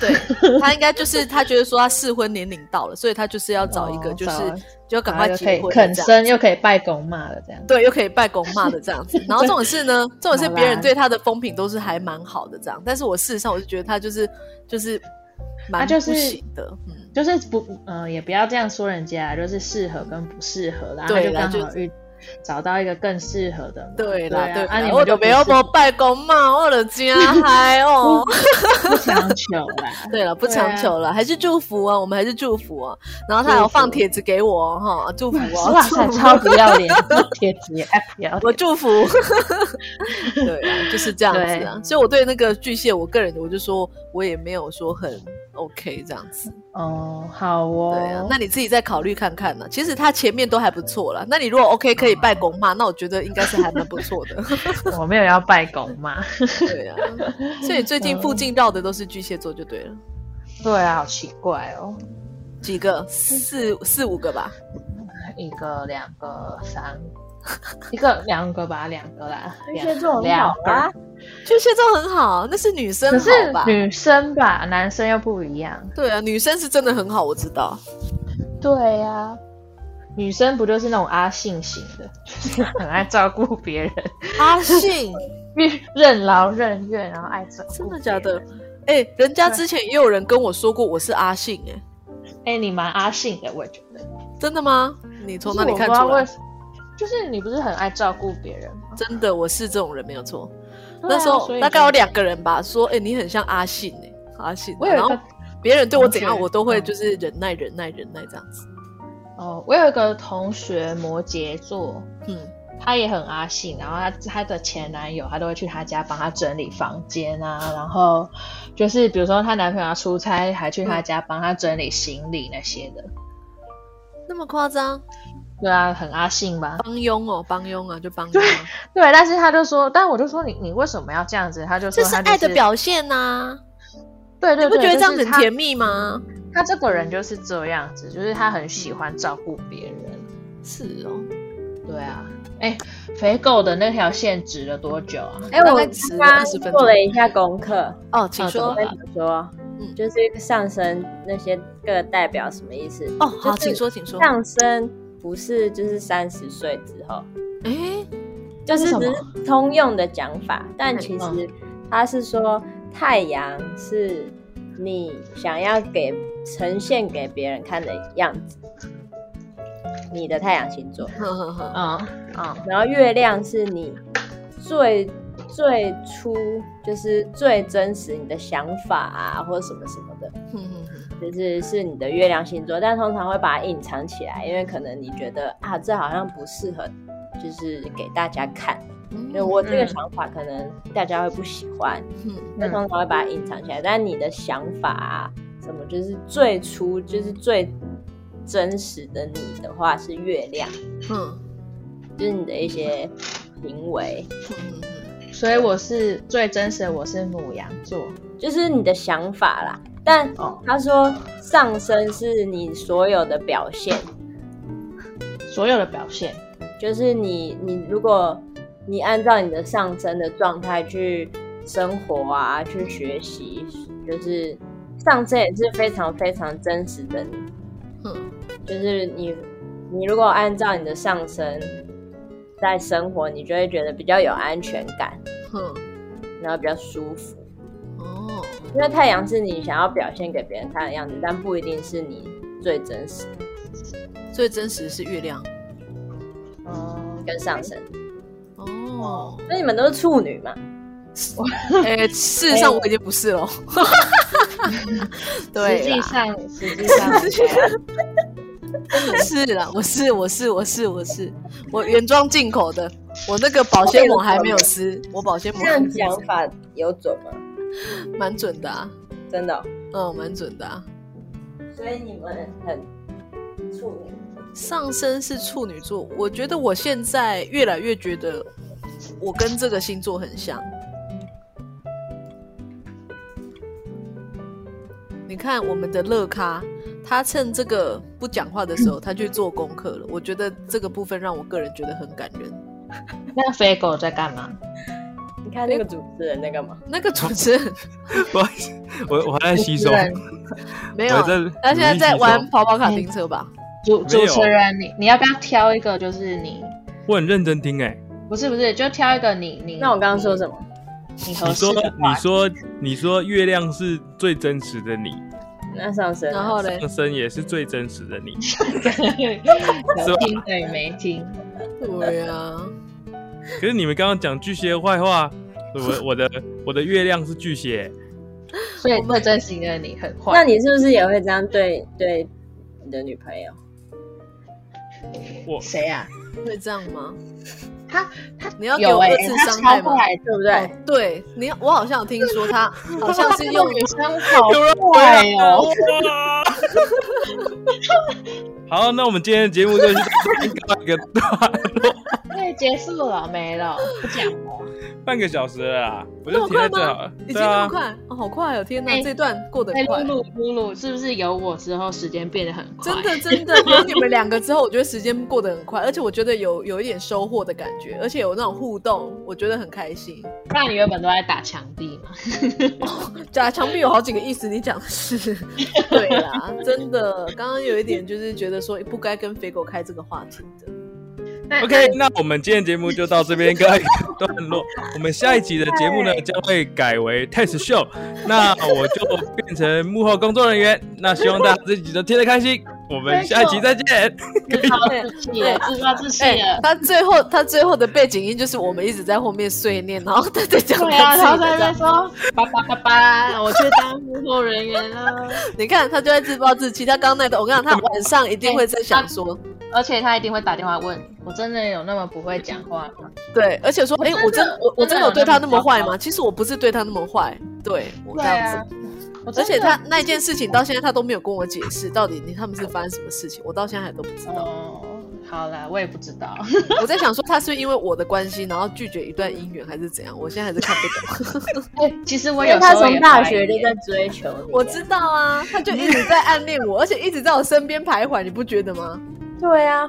Speaker 2: 对他应该就是他觉得说他适婚年龄到了，所以他就是要找一个
Speaker 3: 哦
Speaker 2: 就是、
Speaker 3: 找
Speaker 2: 就赶
Speaker 3: 然后
Speaker 2: 快
Speaker 3: 又
Speaker 2: 结
Speaker 3: 可以
Speaker 2: 婚了
Speaker 3: 肯
Speaker 2: 这样
Speaker 3: 生，又可以拜狗骂了，这样。
Speaker 2: 对，又可以拜公骂的这样 子。然后这种事呢，这种事
Speaker 3: 好啦
Speaker 2: 别人对他的风评都是还蛮好的这样，但是我事实上我就觉得他就是就是蛮
Speaker 3: 他就是
Speaker 2: 不行的，嗯，
Speaker 3: 呃就是不，嗯、也不要这样说人家，就是适合跟不适合啦。
Speaker 2: 对
Speaker 3: 他
Speaker 2: 啦
Speaker 3: 就刚好遇找到一个更适合的嘛。
Speaker 2: 对
Speaker 3: 啦，
Speaker 2: 啦，
Speaker 3: 对
Speaker 2: 对
Speaker 3: 啊
Speaker 2: 啦，
Speaker 3: 啊，你
Speaker 2: 我
Speaker 3: 们就
Speaker 2: 就
Speaker 3: 不
Speaker 2: 没有
Speaker 3: 是
Speaker 2: 我拜公嘛，我的 家嗨哦。
Speaker 3: 不强求啦。
Speaker 2: 对了，不
Speaker 3: 对
Speaker 2: 强
Speaker 3: 啊
Speaker 2: 求了，还是祝福啊，我们还是祝福啊。然后他还
Speaker 3: 祝
Speaker 2: 有放
Speaker 3: 福
Speaker 2: 帖子给 我哦哈，祝福哦，
Speaker 3: 哇
Speaker 2: 祝
Speaker 3: 塞，
Speaker 2: 福
Speaker 3: 超不要脸！贴纸哎，不要
Speaker 2: 我
Speaker 3: 脸。
Speaker 2: 祝福。 对啊，就是这样子啊。所以我对那个巨蟹，我个人我就说我也没有说很 OK 这样子。
Speaker 3: 哦，好
Speaker 2: 对啊
Speaker 3: 哦，，
Speaker 2: 那你自己再考虑看看呢、啊其实他前面都还不错啦。那你如果 OK 可以拜
Speaker 3: 哦
Speaker 2: 公骂，那我觉得应该是还蛮不错 的。
Speaker 3: 我没有要拜公嘛。
Speaker 2: 对啊，所以最近附
Speaker 3: 嗯
Speaker 2: 近绕的都是巨蟹座就对了，
Speaker 3: 对啊，好奇怪哦，
Speaker 2: 几个
Speaker 3: 嗯
Speaker 2: 四四五个吧。
Speaker 3: 一个、两个、三， 一个、两个吧，两个啦，
Speaker 4: 巨
Speaker 3: 两
Speaker 4: 蟹座很
Speaker 3: 两
Speaker 4: 好啊
Speaker 3: 个。，
Speaker 2: 巨蟹座很好，那是女生
Speaker 3: 可
Speaker 2: 好
Speaker 3: 是
Speaker 2: 吧？
Speaker 3: 女生吧，男生又不一样。
Speaker 2: 对啊，女生是真的很好，我知道。
Speaker 3: 对呀、
Speaker 2: 啊
Speaker 3: 女生不就是那种阿信型的， 就是很爱照顾别人，
Speaker 2: 阿信，
Speaker 3: 任劳任怨，然后爱照顾。
Speaker 2: 真的假的？？哎、人家之前也有人跟我说过我是阿信、哎，
Speaker 3: 哎、你蛮阿信的，我也觉得。
Speaker 2: 真的吗？你从哪里
Speaker 3: 就是我
Speaker 2: 看出
Speaker 3: 不知道为
Speaker 2: 来？
Speaker 3: 什就是你不是很爱照顾别人吗？
Speaker 2: 真的，我是这种人，没有错。
Speaker 3: 对啊
Speaker 2: 那时候
Speaker 3: 所以
Speaker 2: 大概有
Speaker 3: 就
Speaker 2: 两个人吧，说，哎、你很像阿信、哎，阿信。
Speaker 3: 我有一
Speaker 2: 然后
Speaker 3: 个
Speaker 2: 别人对我怎
Speaker 3: 同
Speaker 2: 样，
Speaker 3: 学
Speaker 2: 我都会
Speaker 3: 嗯
Speaker 2: 就是忍耐、忍耐、忍耐这样子。
Speaker 3: 哦，我有一个同学摩羯座，
Speaker 2: 嗯，
Speaker 3: 她也很阿信，然后她她的前男友，她都会去她家帮她整理房间啊，然后就是比如说她男朋友要出差，还去她家帮她整理行李那些的。
Speaker 2: 那么夸张？
Speaker 3: 对啊，很阿信吧？
Speaker 2: 帮佣哦，帮佣啊，就帮佣、啊，
Speaker 3: 对，但是他就说，但我就说你你为什么要这样子？他就说
Speaker 2: 这是
Speaker 3: 他就
Speaker 2: 爱的，表现呐、
Speaker 3: 对对
Speaker 2: 你不
Speaker 3: 对，
Speaker 2: 觉得这样
Speaker 3: 就是
Speaker 2: 很
Speaker 3: 他
Speaker 2: 甜蜜吗？
Speaker 3: 他这个人就是这样子，就是他很喜欢照顾别人。
Speaker 2: 是哦，
Speaker 3: 对啊，哎、肥狗的那条线指了多久啊？
Speaker 4: 哎，我
Speaker 2: 大概
Speaker 4: 刚
Speaker 2: 10
Speaker 4: 刚
Speaker 2: 20分钟
Speaker 4: 做了一下功课，
Speaker 2: 哦，请
Speaker 3: 啊
Speaker 2: 说
Speaker 3: 怎么
Speaker 4: 跟
Speaker 3: 了
Speaker 4: 你们说，
Speaker 2: 嗯
Speaker 4: 就是上升那些各代表什么意思？
Speaker 2: 哦，好，
Speaker 4: 就是
Speaker 2: 请说，请说。
Speaker 4: 上升不是就是三十岁之后，
Speaker 2: 哎、
Speaker 4: 就
Speaker 3: 为
Speaker 4: 是
Speaker 3: 什
Speaker 4: 只
Speaker 3: 么
Speaker 4: 是通用的讲法，但其实它是说太阳是你想要给呈现给别人看的样子，你的太阳星座，
Speaker 2: 呵呵呵，
Speaker 3: 嗯嗯，
Speaker 4: 然后月亮是你最最初就是最真实你的想法啊，或者什么什么的。
Speaker 2: 哼哼哼
Speaker 4: 就是是你的月亮星座，但通常会把它隐藏起来，因为可能你觉得啊，这好像不适合，就是给大家看。因为我这个想法可能大家会不喜欢，
Speaker 2: 嗯
Speaker 4: 那通常会把它隐藏起来。但你的想法啊，什么就是最初就是最真实的你的话是月亮，
Speaker 2: 嗯
Speaker 4: 就是你的一些行为，
Speaker 2: 嗯嗯
Speaker 3: 所以我是最真实的，我是母羊座。
Speaker 4: 就是你的想法啦。但
Speaker 3: 哦，
Speaker 4: 他说上升是你所有的表现，
Speaker 3: 所有的表现，
Speaker 4: 就是你你如果你按照你的上升的状态去生活啊，去学习，就是上升也是非常非常真实的你，
Speaker 2: 嗯
Speaker 4: 就是你你如果按照你的上升在生活，你就会觉得比较有安全感，
Speaker 2: 嗯
Speaker 4: 然后比较舒服。
Speaker 2: 嗯，哦，
Speaker 4: 因为太阳是你想要表现给别人看的样子，但不一定是你最真实
Speaker 2: 最真实的是月亮
Speaker 3: 嗯，
Speaker 4: 跟上升。
Speaker 2: 哦。
Speaker 4: 那你们都是处女嘛？
Speaker 2: 哎、事实上我已经不是了。
Speaker 3: 实
Speaker 2: 对
Speaker 3: 际
Speaker 2: 啦，
Speaker 3: 上，实际 上，
Speaker 2: 是啦，我是我是我是我是我原装进口的，我那个保鲜膜还没有撕，我保鲜膜
Speaker 4: 这
Speaker 2: 还没
Speaker 4: 样
Speaker 2: 有撕
Speaker 4: 讲法有准吗？
Speaker 2: 蛮准的啊，
Speaker 4: 真的哦、
Speaker 2: 嗯，蛮准的啊。
Speaker 4: 所以你们很处女。
Speaker 2: 上升是处女座，我觉得我现在越来越觉得我跟这个星座很像。你看我们的乐咖，他趁这个不讲话的时候，他去做功课了。我觉得这个部分让我个人觉得很感人。
Speaker 3: 那肥狗在干嘛？
Speaker 4: 你看那个主持人那个吗？
Speaker 2: 那个主持人
Speaker 1: 不好意思，我我还在吸收
Speaker 3: 主持，人
Speaker 2: 没有啊
Speaker 1: 我，在，
Speaker 2: 他现在在
Speaker 1: 努力
Speaker 2: 玩
Speaker 1: 吸收。
Speaker 2: 跑跑卡丁车吧？
Speaker 3: 主
Speaker 1: 没有
Speaker 3: 主持人，你你要不要挑一个？就是你
Speaker 1: 我很认真听哎、
Speaker 3: 不是不是，就挑一个你你。
Speaker 4: 那我刚刚说什么？
Speaker 3: 你合
Speaker 1: 你
Speaker 3: 适
Speaker 1: 说
Speaker 3: 哦的话
Speaker 1: 你说你说月亮是最真实的你，
Speaker 4: 那上啊升呢，
Speaker 2: 然后嘞，
Speaker 1: 上升也是最真实的你，
Speaker 3: 有听的也没听，
Speaker 2: 对啊，
Speaker 1: 可是你们刚刚讲巨蟹的坏话，我我的我的月亮是巨蟹，
Speaker 3: 所以会真心的你很坏。
Speaker 4: 那你是不是也会这样对对你的女朋友？
Speaker 1: 我
Speaker 3: 谁啊？
Speaker 2: 会这样吗？
Speaker 3: 他他
Speaker 2: 你要给
Speaker 3: 有
Speaker 2: 我
Speaker 3: 哎、
Speaker 2: 二
Speaker 3: 欸，
Speaker 2: 次
Speaker 3: 他
Speaker 2: 伤害
Speaker 3: 超
Speaker 2: 吗
Speaker 3: 过？来，对不
Speaker 2: 哦
Speaker 3: 对？
Speaker 2: 对你，我好像有听说他好像是 用
Speaker 3: 女生好
Speaker 1: 有人
Speaker 3: 坏哦，
Speaker 1: 哇 好，那我们今天的节目就是半个
Speaker 3: 对，结束了，没了，不讲了。
Speaker 1: 半个小时了啦，我
Speaker 2: 那
Speaker 1: 就
Speaker 2: 么
Speaker 1: 停在
Speaker 2: 快
Speaker 1: 这好了
Speaker 2: 吗？已。经
Speaker 1: 对
Speaker 2: 那么
Speaker 1: 啊，
Speaker 2: 快，哦，好快哦！天哪，
Speaker 3: 哎
Speaker 2: 这段过得
Speaker 3: 哎，
Speaker 2: 快，
Speaker 3: 露露露露，是不是有我之后时间变得很快？
Speaker 2: 真的真的。 有你们两个之后，我觉得时间过得很快，而且我觉得有有一点收获的感觉，而且有那种互动，我觉得很开心。
Speaker 3: 不然你原本都在打墙壁嘛。
Speaker 2: 假啊墙壁有好几个意思，你讲的是 对啦，真的。刚刚有一点就是觉得说不该跟肥狗开这个话题的。
Speaker 3: 那
Speaker 1: OK，那我们今天节目就到这边告一个段落。我们下一集的节目呢，将会改为 test show，那我就变成幕后工作人员。那希望大家这集都听得开心，我们下一集再见。
Speaker 3: 好自信了，自暴自弃
Speaker 2: 哎、
Speaker 3: 了。
Speaker 2: 他最后他最后的背景音就是我们一直在后面碎念，然后他在讲
Speaker 3: 对啊，
Speaker 2: 他自
Speaker 3: 然后
Speaker 2: 己
Speaker 3: 在
Speaker 2: 的
Speaker 3: 那边
Speaker 2: 这样。
Speaker 3: 说叭叭叭叭，我去当幕后人员啊了。
Speaker 2: 你看他就在自暴自弃。他刚刚那个，我跟你讲，他晚上一定会在想 说，
Speaker 3: 而且他一定会打电话问我，真的有那么不会讲话吗？
Speaker 2: 对，而且说，哎、我真我我真的有对他那么
Speaker 3: 真
Speaker 2: 坏
Speaker 3: 的有那么糟
Speaker 2: 吗？其实我不是对他那么坏，对啊我
Speaker 3: 啊
Speaker 2: 这样子。，
Speaker 3: 我真
Speaker 2: 而
Speaker 3: 的
Speaker 2: 且他那件事情到现在他都没有跟我解释，到底你他们是发生什么事情，我到现在还都不知 道。
Speaker 3: 哦，好啦，我也不知道。
Speaker 2: 我在想说他是因为我的关系，然后拒绝一段姻缘，还是怎样？我现在还是看不懂。
Speaker 3: 哎， 其实我
Speaker 4: 因
Speaker 3: 有
Speaker 4: 为
Speaker 3: 时
Speaker 4: 他
Speaker 3: 候
Speaker 4: 从
Speaker 3: 也
Speaker 4: 大
Speaker 3: 怀疑
Speaker 4: 学就在追求你啊，
Speaker 2: 我知道啊，他就一直在暗恋 我，而且一直在我身边徘徊，你不觉得吗？
Speaker 4: 对啊，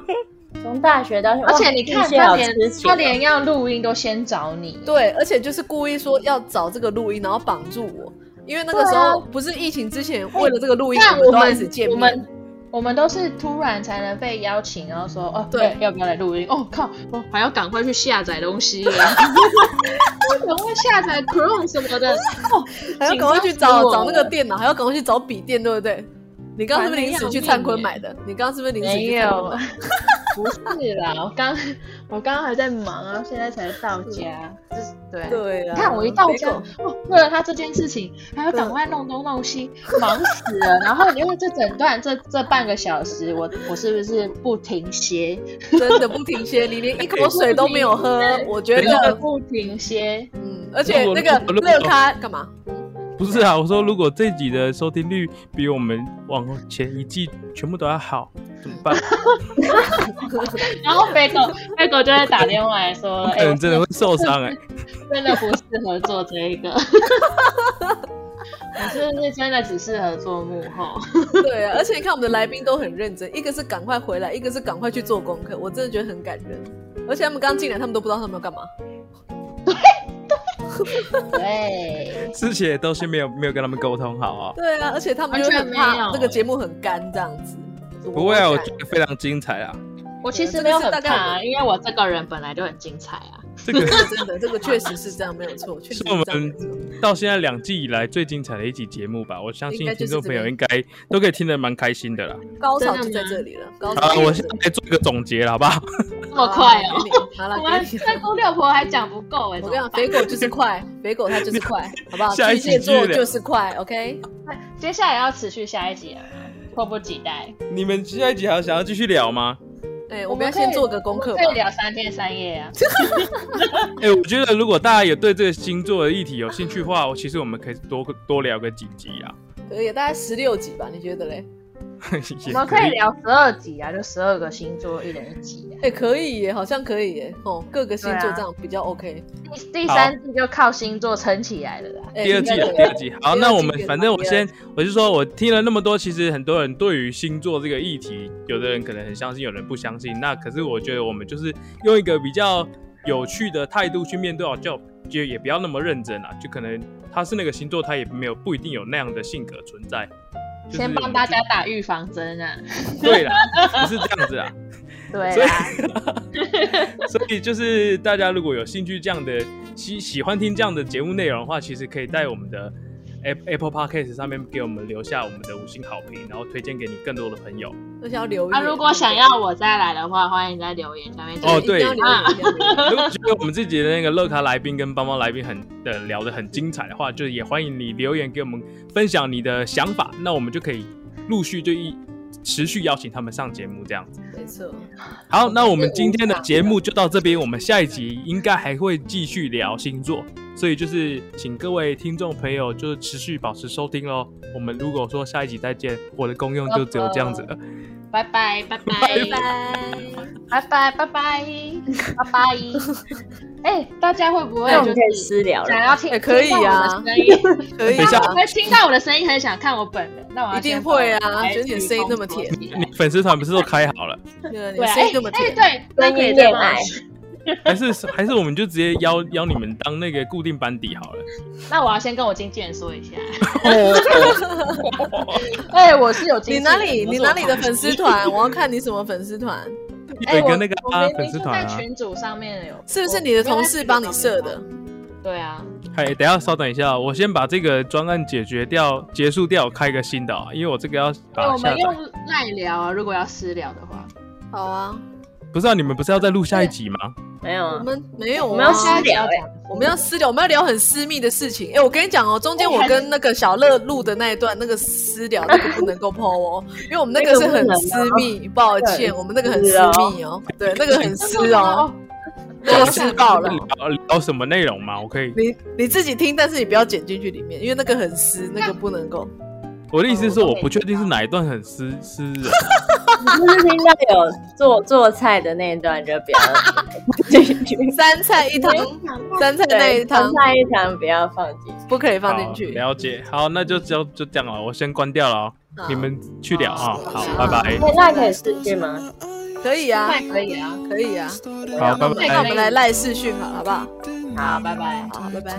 Speaker 4: 从大学到现在，
Speaker 3: 而且
Speaker 4: 哇
Speaker 3: 你看
Speaker 4: 巨蟹
Speaker 3: 他
Speaker 4: 好
Speaker 3: 连
Speaker 4: 痴情
Speaker 3: 他
Speaker 4: 哦
Speaker 3: 连要录音都先找你，
Speaker 2: 对，而且就是故意说要找这个录音，然后绑住我，因为那个时候、不是疫情之前，为了这个录音，
Speaker 3: 但
Speaker 2: 我们
Speaker 3: 啊我
Speaker 2: 都开
Speaker 3: 们
Speaker 2: 始见
Speaker 3: 我
Speaker 2: 面
Speaker 3: 们。我们都是突然才能被邀请，然后说哦，
Speaker 2: 对
Speaker 3: 要要不要来录音？哦靠，我还要赶快去下载东 西了，赶快下载 Chrome 什么的。哦，
Speaker 2: 还要
Speaker 3: 紧
Speaker 2: 赶快
Speaker 3: 张
Speaker 2: 去
Speaker 3: 死
Speaker 2: 找
Speaker 3: 我
Speaker 2: 找那
Speaker 3: 了
Speaker 2: 个电脑，还要赶快去找笔电，对不对？你刚刚是不是临时去灿坤买的？你刚刚是不是临时
Speaker 3: 没
Speaker 2: 去灿坤
Speaker 3: 有
Speaker 2: 买的？，
Speaker 3: 不是啦，我刚我刚刚还在忙啊，现在才到家。就是嗯对，
Speaker 2: 对啊，
Speaker 3: 你看我一到
Speaker 2: 结
Speaker 3: 家
Speaker 2: 果，
Speaker 3: 哦，为了他这件事情，还要赶快弄东弄 西，忙死了。然后因为这整段这这半个小时，我我是不是不停歇？
Speaker 2: 真的不停歇，你连一口水都没有喝，我觉
Speaker 3: 真的
Speaker 2: 得，
Speaker 3: 不停歇。
Speaker 2: 嗯，而且那
Speaker 1: 如
Speaker 2: 个
Speaker 1: 果如果
Speaker 2: 乐咖干嘛？
Speaker 1: 不是啊，我说如果这集的收听率比我们往前一季全部都要好，怎么办？
Speaker 3: 然 后肥狗肥狗就会打电话来
Speaker 2: 哦
Speaker 3: 说，
Speaker 1: 我
Speaker 3: 哎、
Speaker 1: 可能真的会受伤哎、
Speaker 3: 真的不适合做这一个。我是不是真的只适合做幕后？
Speaker 2: 对啊，而且你看我们的来宾都很认真，一个是赶快回来，一个是赶快去做功课，我真的觉得很感人。而且他们刚进来，他们都不知道他们要干嘛。
Speaker 3: 对，
Speaker 1: 之前都是没有没有跟他们沟通好啊、
Speaker 2: 对啊，而且他们就
Speaker 3: 嗯完
Speaker 2: 会
Speaker 3: 全
Speaker 2: 很
Speaker 3: 没有
Speaker 2: 怕这个节目很干这样子。
Speaker 1: 不会啊，
Speaker 2: 我
Speaker 1: 我觉得非常精彩啊，
Speaker 3: 我其实
Speaker 2: 这个
Speaker 3: 没有
Speaker 2: 是
Speaker 3: 很
Speaker 2: 大概我
Speaker 3: 怕，
Speaker 2: 们
Speaker 3: 因为我这个人本来就很精彩啊。
Speaker 1: 这个
Speaker 2: 真的，这个确实是这样，没有错，确实
Speaker 1: 是
Speaker 2: 是
Speaker 1: 我
Speaker 2: 这样没
Speaker 1: 们
Speaker 2: 有错。
Speaker 1: 到现在两季以来最精彩的一集节目吧。我相
Speaker 2: 应
Speaker 1: 信
Speaker 2: 该就
Speaker 1: 听
Speaker 2: 是
Speaker 1: 众朋友
Speaker 2: 这边
Speaker 1: 应该都可以听得蛮开心 的啦。
Speaker 2: 高潮就在这里 了，高潮
Speaker 1: 好了，
Speaker 2: 就在这里。
Speaker 1: 我现在来做一个总结了，好不好？
Speaker 3: 这么快
Speaker 2: 好啦
Speaker 3: 哦！
Speaker 2: 给你好了，
Speaker 3: 我们
Speaker 2: 给你。
Speaker 3: 三姑六婆还讲不够哎、
Speaker 2: 我
Speaker 3: 怎
Speaker 2: 跟你
Speaker 3: 么
Speaker 2: 讲，
Speaker 3: 办
Speaker 2: 肥狗就是快，肥狗它就 是快，好不好？
Speaker 1: 下一
Speaker 2: 巨
Speaker 1: 集
Speaker 2: 蟹座
Speaker 1: 继续聊
Speaker 2: 就是快，OK。
Speaker 3: 接下来要持续下一集了，迫不及待。
Speaker 1: 你们下一集还有想要继续聊 吗？
Speaker 2: 哎，我们要先做个功课
Speaker 3: 我
Speaker 2: 吧
Speaker 3: 们。可以聊三天三夜啊。
Speaker 1: 哎、我觉得如果大家有对这个星座的议题有兴趣的话，我其实我们可以多多聊个几集啊。
Speaker 2: 可以，大概十六集吧，你觉得嘞？
Speaker 3: 我
Speaker 1: 也
Speaker 3: 们可以聊十二集啊，就十二个星座一人一集、啊。
Speaker 2: 哎，可以耶，好像可以耶，哦，各个星座这样比较 OK。
Speaker 3: 第第三季就靠星座撑起来了啦。
Speaker 2: 哎
Speaker 1: 第二季
Speaker 2: 应该
Speaker 1: 了，
Speaker 2: 可以
Speaker 1: 第二季。好，
Speaker 2: 第二
Speaker 1: 那我
Speaker 2: 季
Speaker 1: 们
Speaker 2: 可以
Speaker 1: 反
Speaker 2: 聊
Speaker 1: 正我
Speaker 2: 第二
Speaker 1: 先
Speaker 2: 季，
Speaker 1: 我就说我听了那么多，其实很多人对于星座这个议题，有的人可能很相信，有人不相信。那可是我觉得我们就是用一个比较有趣的态度去面对，哦就就也不要那么认真啊。就可能他是那个星座，他也没有不一定有那样的性格存在。就是
Speaker 3: 先
Speaker 1: 我
Speaker 3: 帮
Speaker 1: 们
Speaker 3: 大
Speaker 1: 就
Speaker 3: 家打预防针啊。
Speaker 1: 对啦，不是这样子啊。
Speaker 3: 对
Speaker 1: 所以
Speaker 3: 啦，
Speaker 1: 所以就是大家如果有兴趣这样的喜喜欢听这样的节目内容的话，其实可以在我们的 App- Apple Podcast 上面给我们留下我们的五星好评，然后推荐给你更多的朋友。
Speaker 2: 而且要留言。
Speaker 3: 啊，如果想要我再来的话，欢迎在留言下面
Speaker 2: 对
Speaker 1: 哦
Speaker 2: 一
Speaker 1: 对
Speaker 2: 定要留言留言
Speaker 3: 啊
Speaker 1: 如果觉得我们自己的那个乐咖来宾跟帮帮来宾很的聊得很精彩的话，就是也欢迎你留言给我们分享你的想法，那我们就可以陆续就一持续邀请他们上节目这样子。
Speaker 2: 没错，
Speaker 1: 好，那我们今天的节目就到这边，我们下一集应该还会继续聊星座，所以就是请各位听众朋友就是持续保持收听喽。我们如果说下一集再见，我的功用就只有这样子了。
Speaker 3: 拜拜拜拜
Speaker 4: 哦
Speaker 2: 拜
Speaker 3: 拜
Speaker 2: 拜。
Speaker 3: 拜拜拜拜拜。 哎，大家会不会
Speaker 4: 那我
Speaker 3: 就
Speaker 4: 们可以
Speaker 3: 是
Speaker 4: 私聊了
Speaker 3: 想。要听？
Speaker 2: 哎可以啊
Speaker 3: 听到我的声音
Speaker 2: 可以
Speaker 1: 等一下
Speaker 2: 啊
Speaker 3: 会不会听到我的声音很想看我本人？那我要
Speaker 2: 一定
Speaker 3: 先
Speaker 2: 会啊
Speaker 3: 把我的
Speaker 2: 觉得你的
Speaker 3: IG
Speaker 2: 声音那么甜
Speaker 3: 封锁起来
Speaker 1: 你粉丝团不是都开好了，
Speaker 2: 对啊，你
Speaker 3: 对
Speaker 2: 的
Speaker 3: 啊，
Speaker 2: 声音这么
Speaker 3: 哎哎
Speaker 2: 甜，
Speaker 3: 对，那可以
Speaker 4: 恋
Speaker 3: 再帮我
Speaker 4: 爱
Speaker 1: 还是 还是我们就直接邀邀你们当那个固定班底好了。
Speaker 3: 那我要先跟我经纪人说一下。
Speaker 1: 哦，
Speaker 3: 哎、我是有经纪人
Speaker 2: 你哪里
Speaker 3: 不
Speaker 2: 你
Speaker 3: 是
Speaker 2: 哪里的
Speaker 3: 我
Speaker 2: 粉丝团？我要看你什么粉丝团，
Speaker 3: 哎
Speaker 1: 有一个那个
Speaker 3: 我
Speaker 1: 啊
Speaker 3: 我明
Speaker 1: 粉
Speaker 3: 明
Speaker 1: 丝
Speaker 3: 就
Speaker 1: 团
Speaker 3: 在
Speaker 1: 啊。
Speaker 3: 群组上面有，啊
Speaker 2: 是不是你的同事帮你设
Speaker 3: 我
Speaker 2: 的？
Speaker 3: 对啊，
Speaker 1: 嗨，哎等一下稍等一下，我先把这个专案解决掉，结束掉，开个新的啊，因为我这个要
Speaker 3: 哎
Speaker 1: 把
Speaker 3: 我
Speaker 1: 下
Speaker 3: 们
Speaker 1: 载。
Speaker 3: 用赖聊啊，如果要私聊的话，
Speaker 2: 好啊，
Speaker 1: 不是啊，你们不是要再录下一集吗？
Speaker 4: 没有
Speaker 2: 我
Speaker 4: 啊，
Speaker 2: 们没有啊，
Speaker 4: 我们要私
Speaker 3: 下一集
Speaker 4: 聊
Speaker 3: 要讲
Speaker 4: 哎
Speaker 2: 我们要私聊，我们要聊很私密的事情。哎，我跟你讲哦，中间我跟那个小乐录的那一段，那个私聊那个不能够 PO 哦，因为我们那个是很私密，抱歉，我们那个很私密哦，对，那个很私 哦，那个私爆了。
Speaker 1: 聊聊什么内容吗？我可以，
Speaker 2: 你你自己听，但是你不要剪进去里面，因为那个很私，那个不能够。
Speaker 1: 我的意思是，
Speaker 3: 哦我
Speaker 1: 我
Speaker 3: 都没
Speaker 1: 不确定是哪一段很私私人。
Speaker 4: 你就是听到有做做菜的那一段就不要进去，
Speaker 2: 三菜一汤，三菜那一
Speaker 4: 对，
Speaker 2: 汤
Speaker 4: 放菜一堂不要放进去。
Speaker 2: 不可以放
Speaker 1: 好
Speaker 2: 进去。
Speaker 1: 了解，好，那就就就这样了，我先关掉了哦，
Speaker 2: 好
Speaker 1: 你们去聊啊，
Speaker 3: 好
Speaker 1: 好，
Speaker 3: 好
Speaker 1: 拜拜。
Speaker 4: 那哎那可以试去吗？
Speaker 2: 可以啊，
Speaker 3: 那可以啊，
Speaker 2: 可以啊。
Speaker 1: 好，拜
Speaker 2: 那我
Speaker 1: 拜。
Speaker 2: 们来赖视讯好了，好不好？
Speaker 4: 好，
Speaker 3: 好，拜拜。
Speaker 2: 好，拜拜。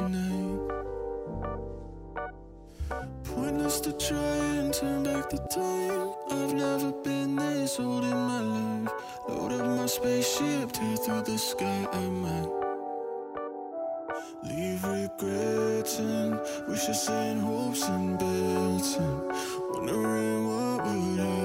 Speaker 5: Pointless to try and turn back the time. I've never been this old in my life. Load up my spaceship, tear through the sky at night. Leave regrets and wishes and hopes and bets and wondering what would I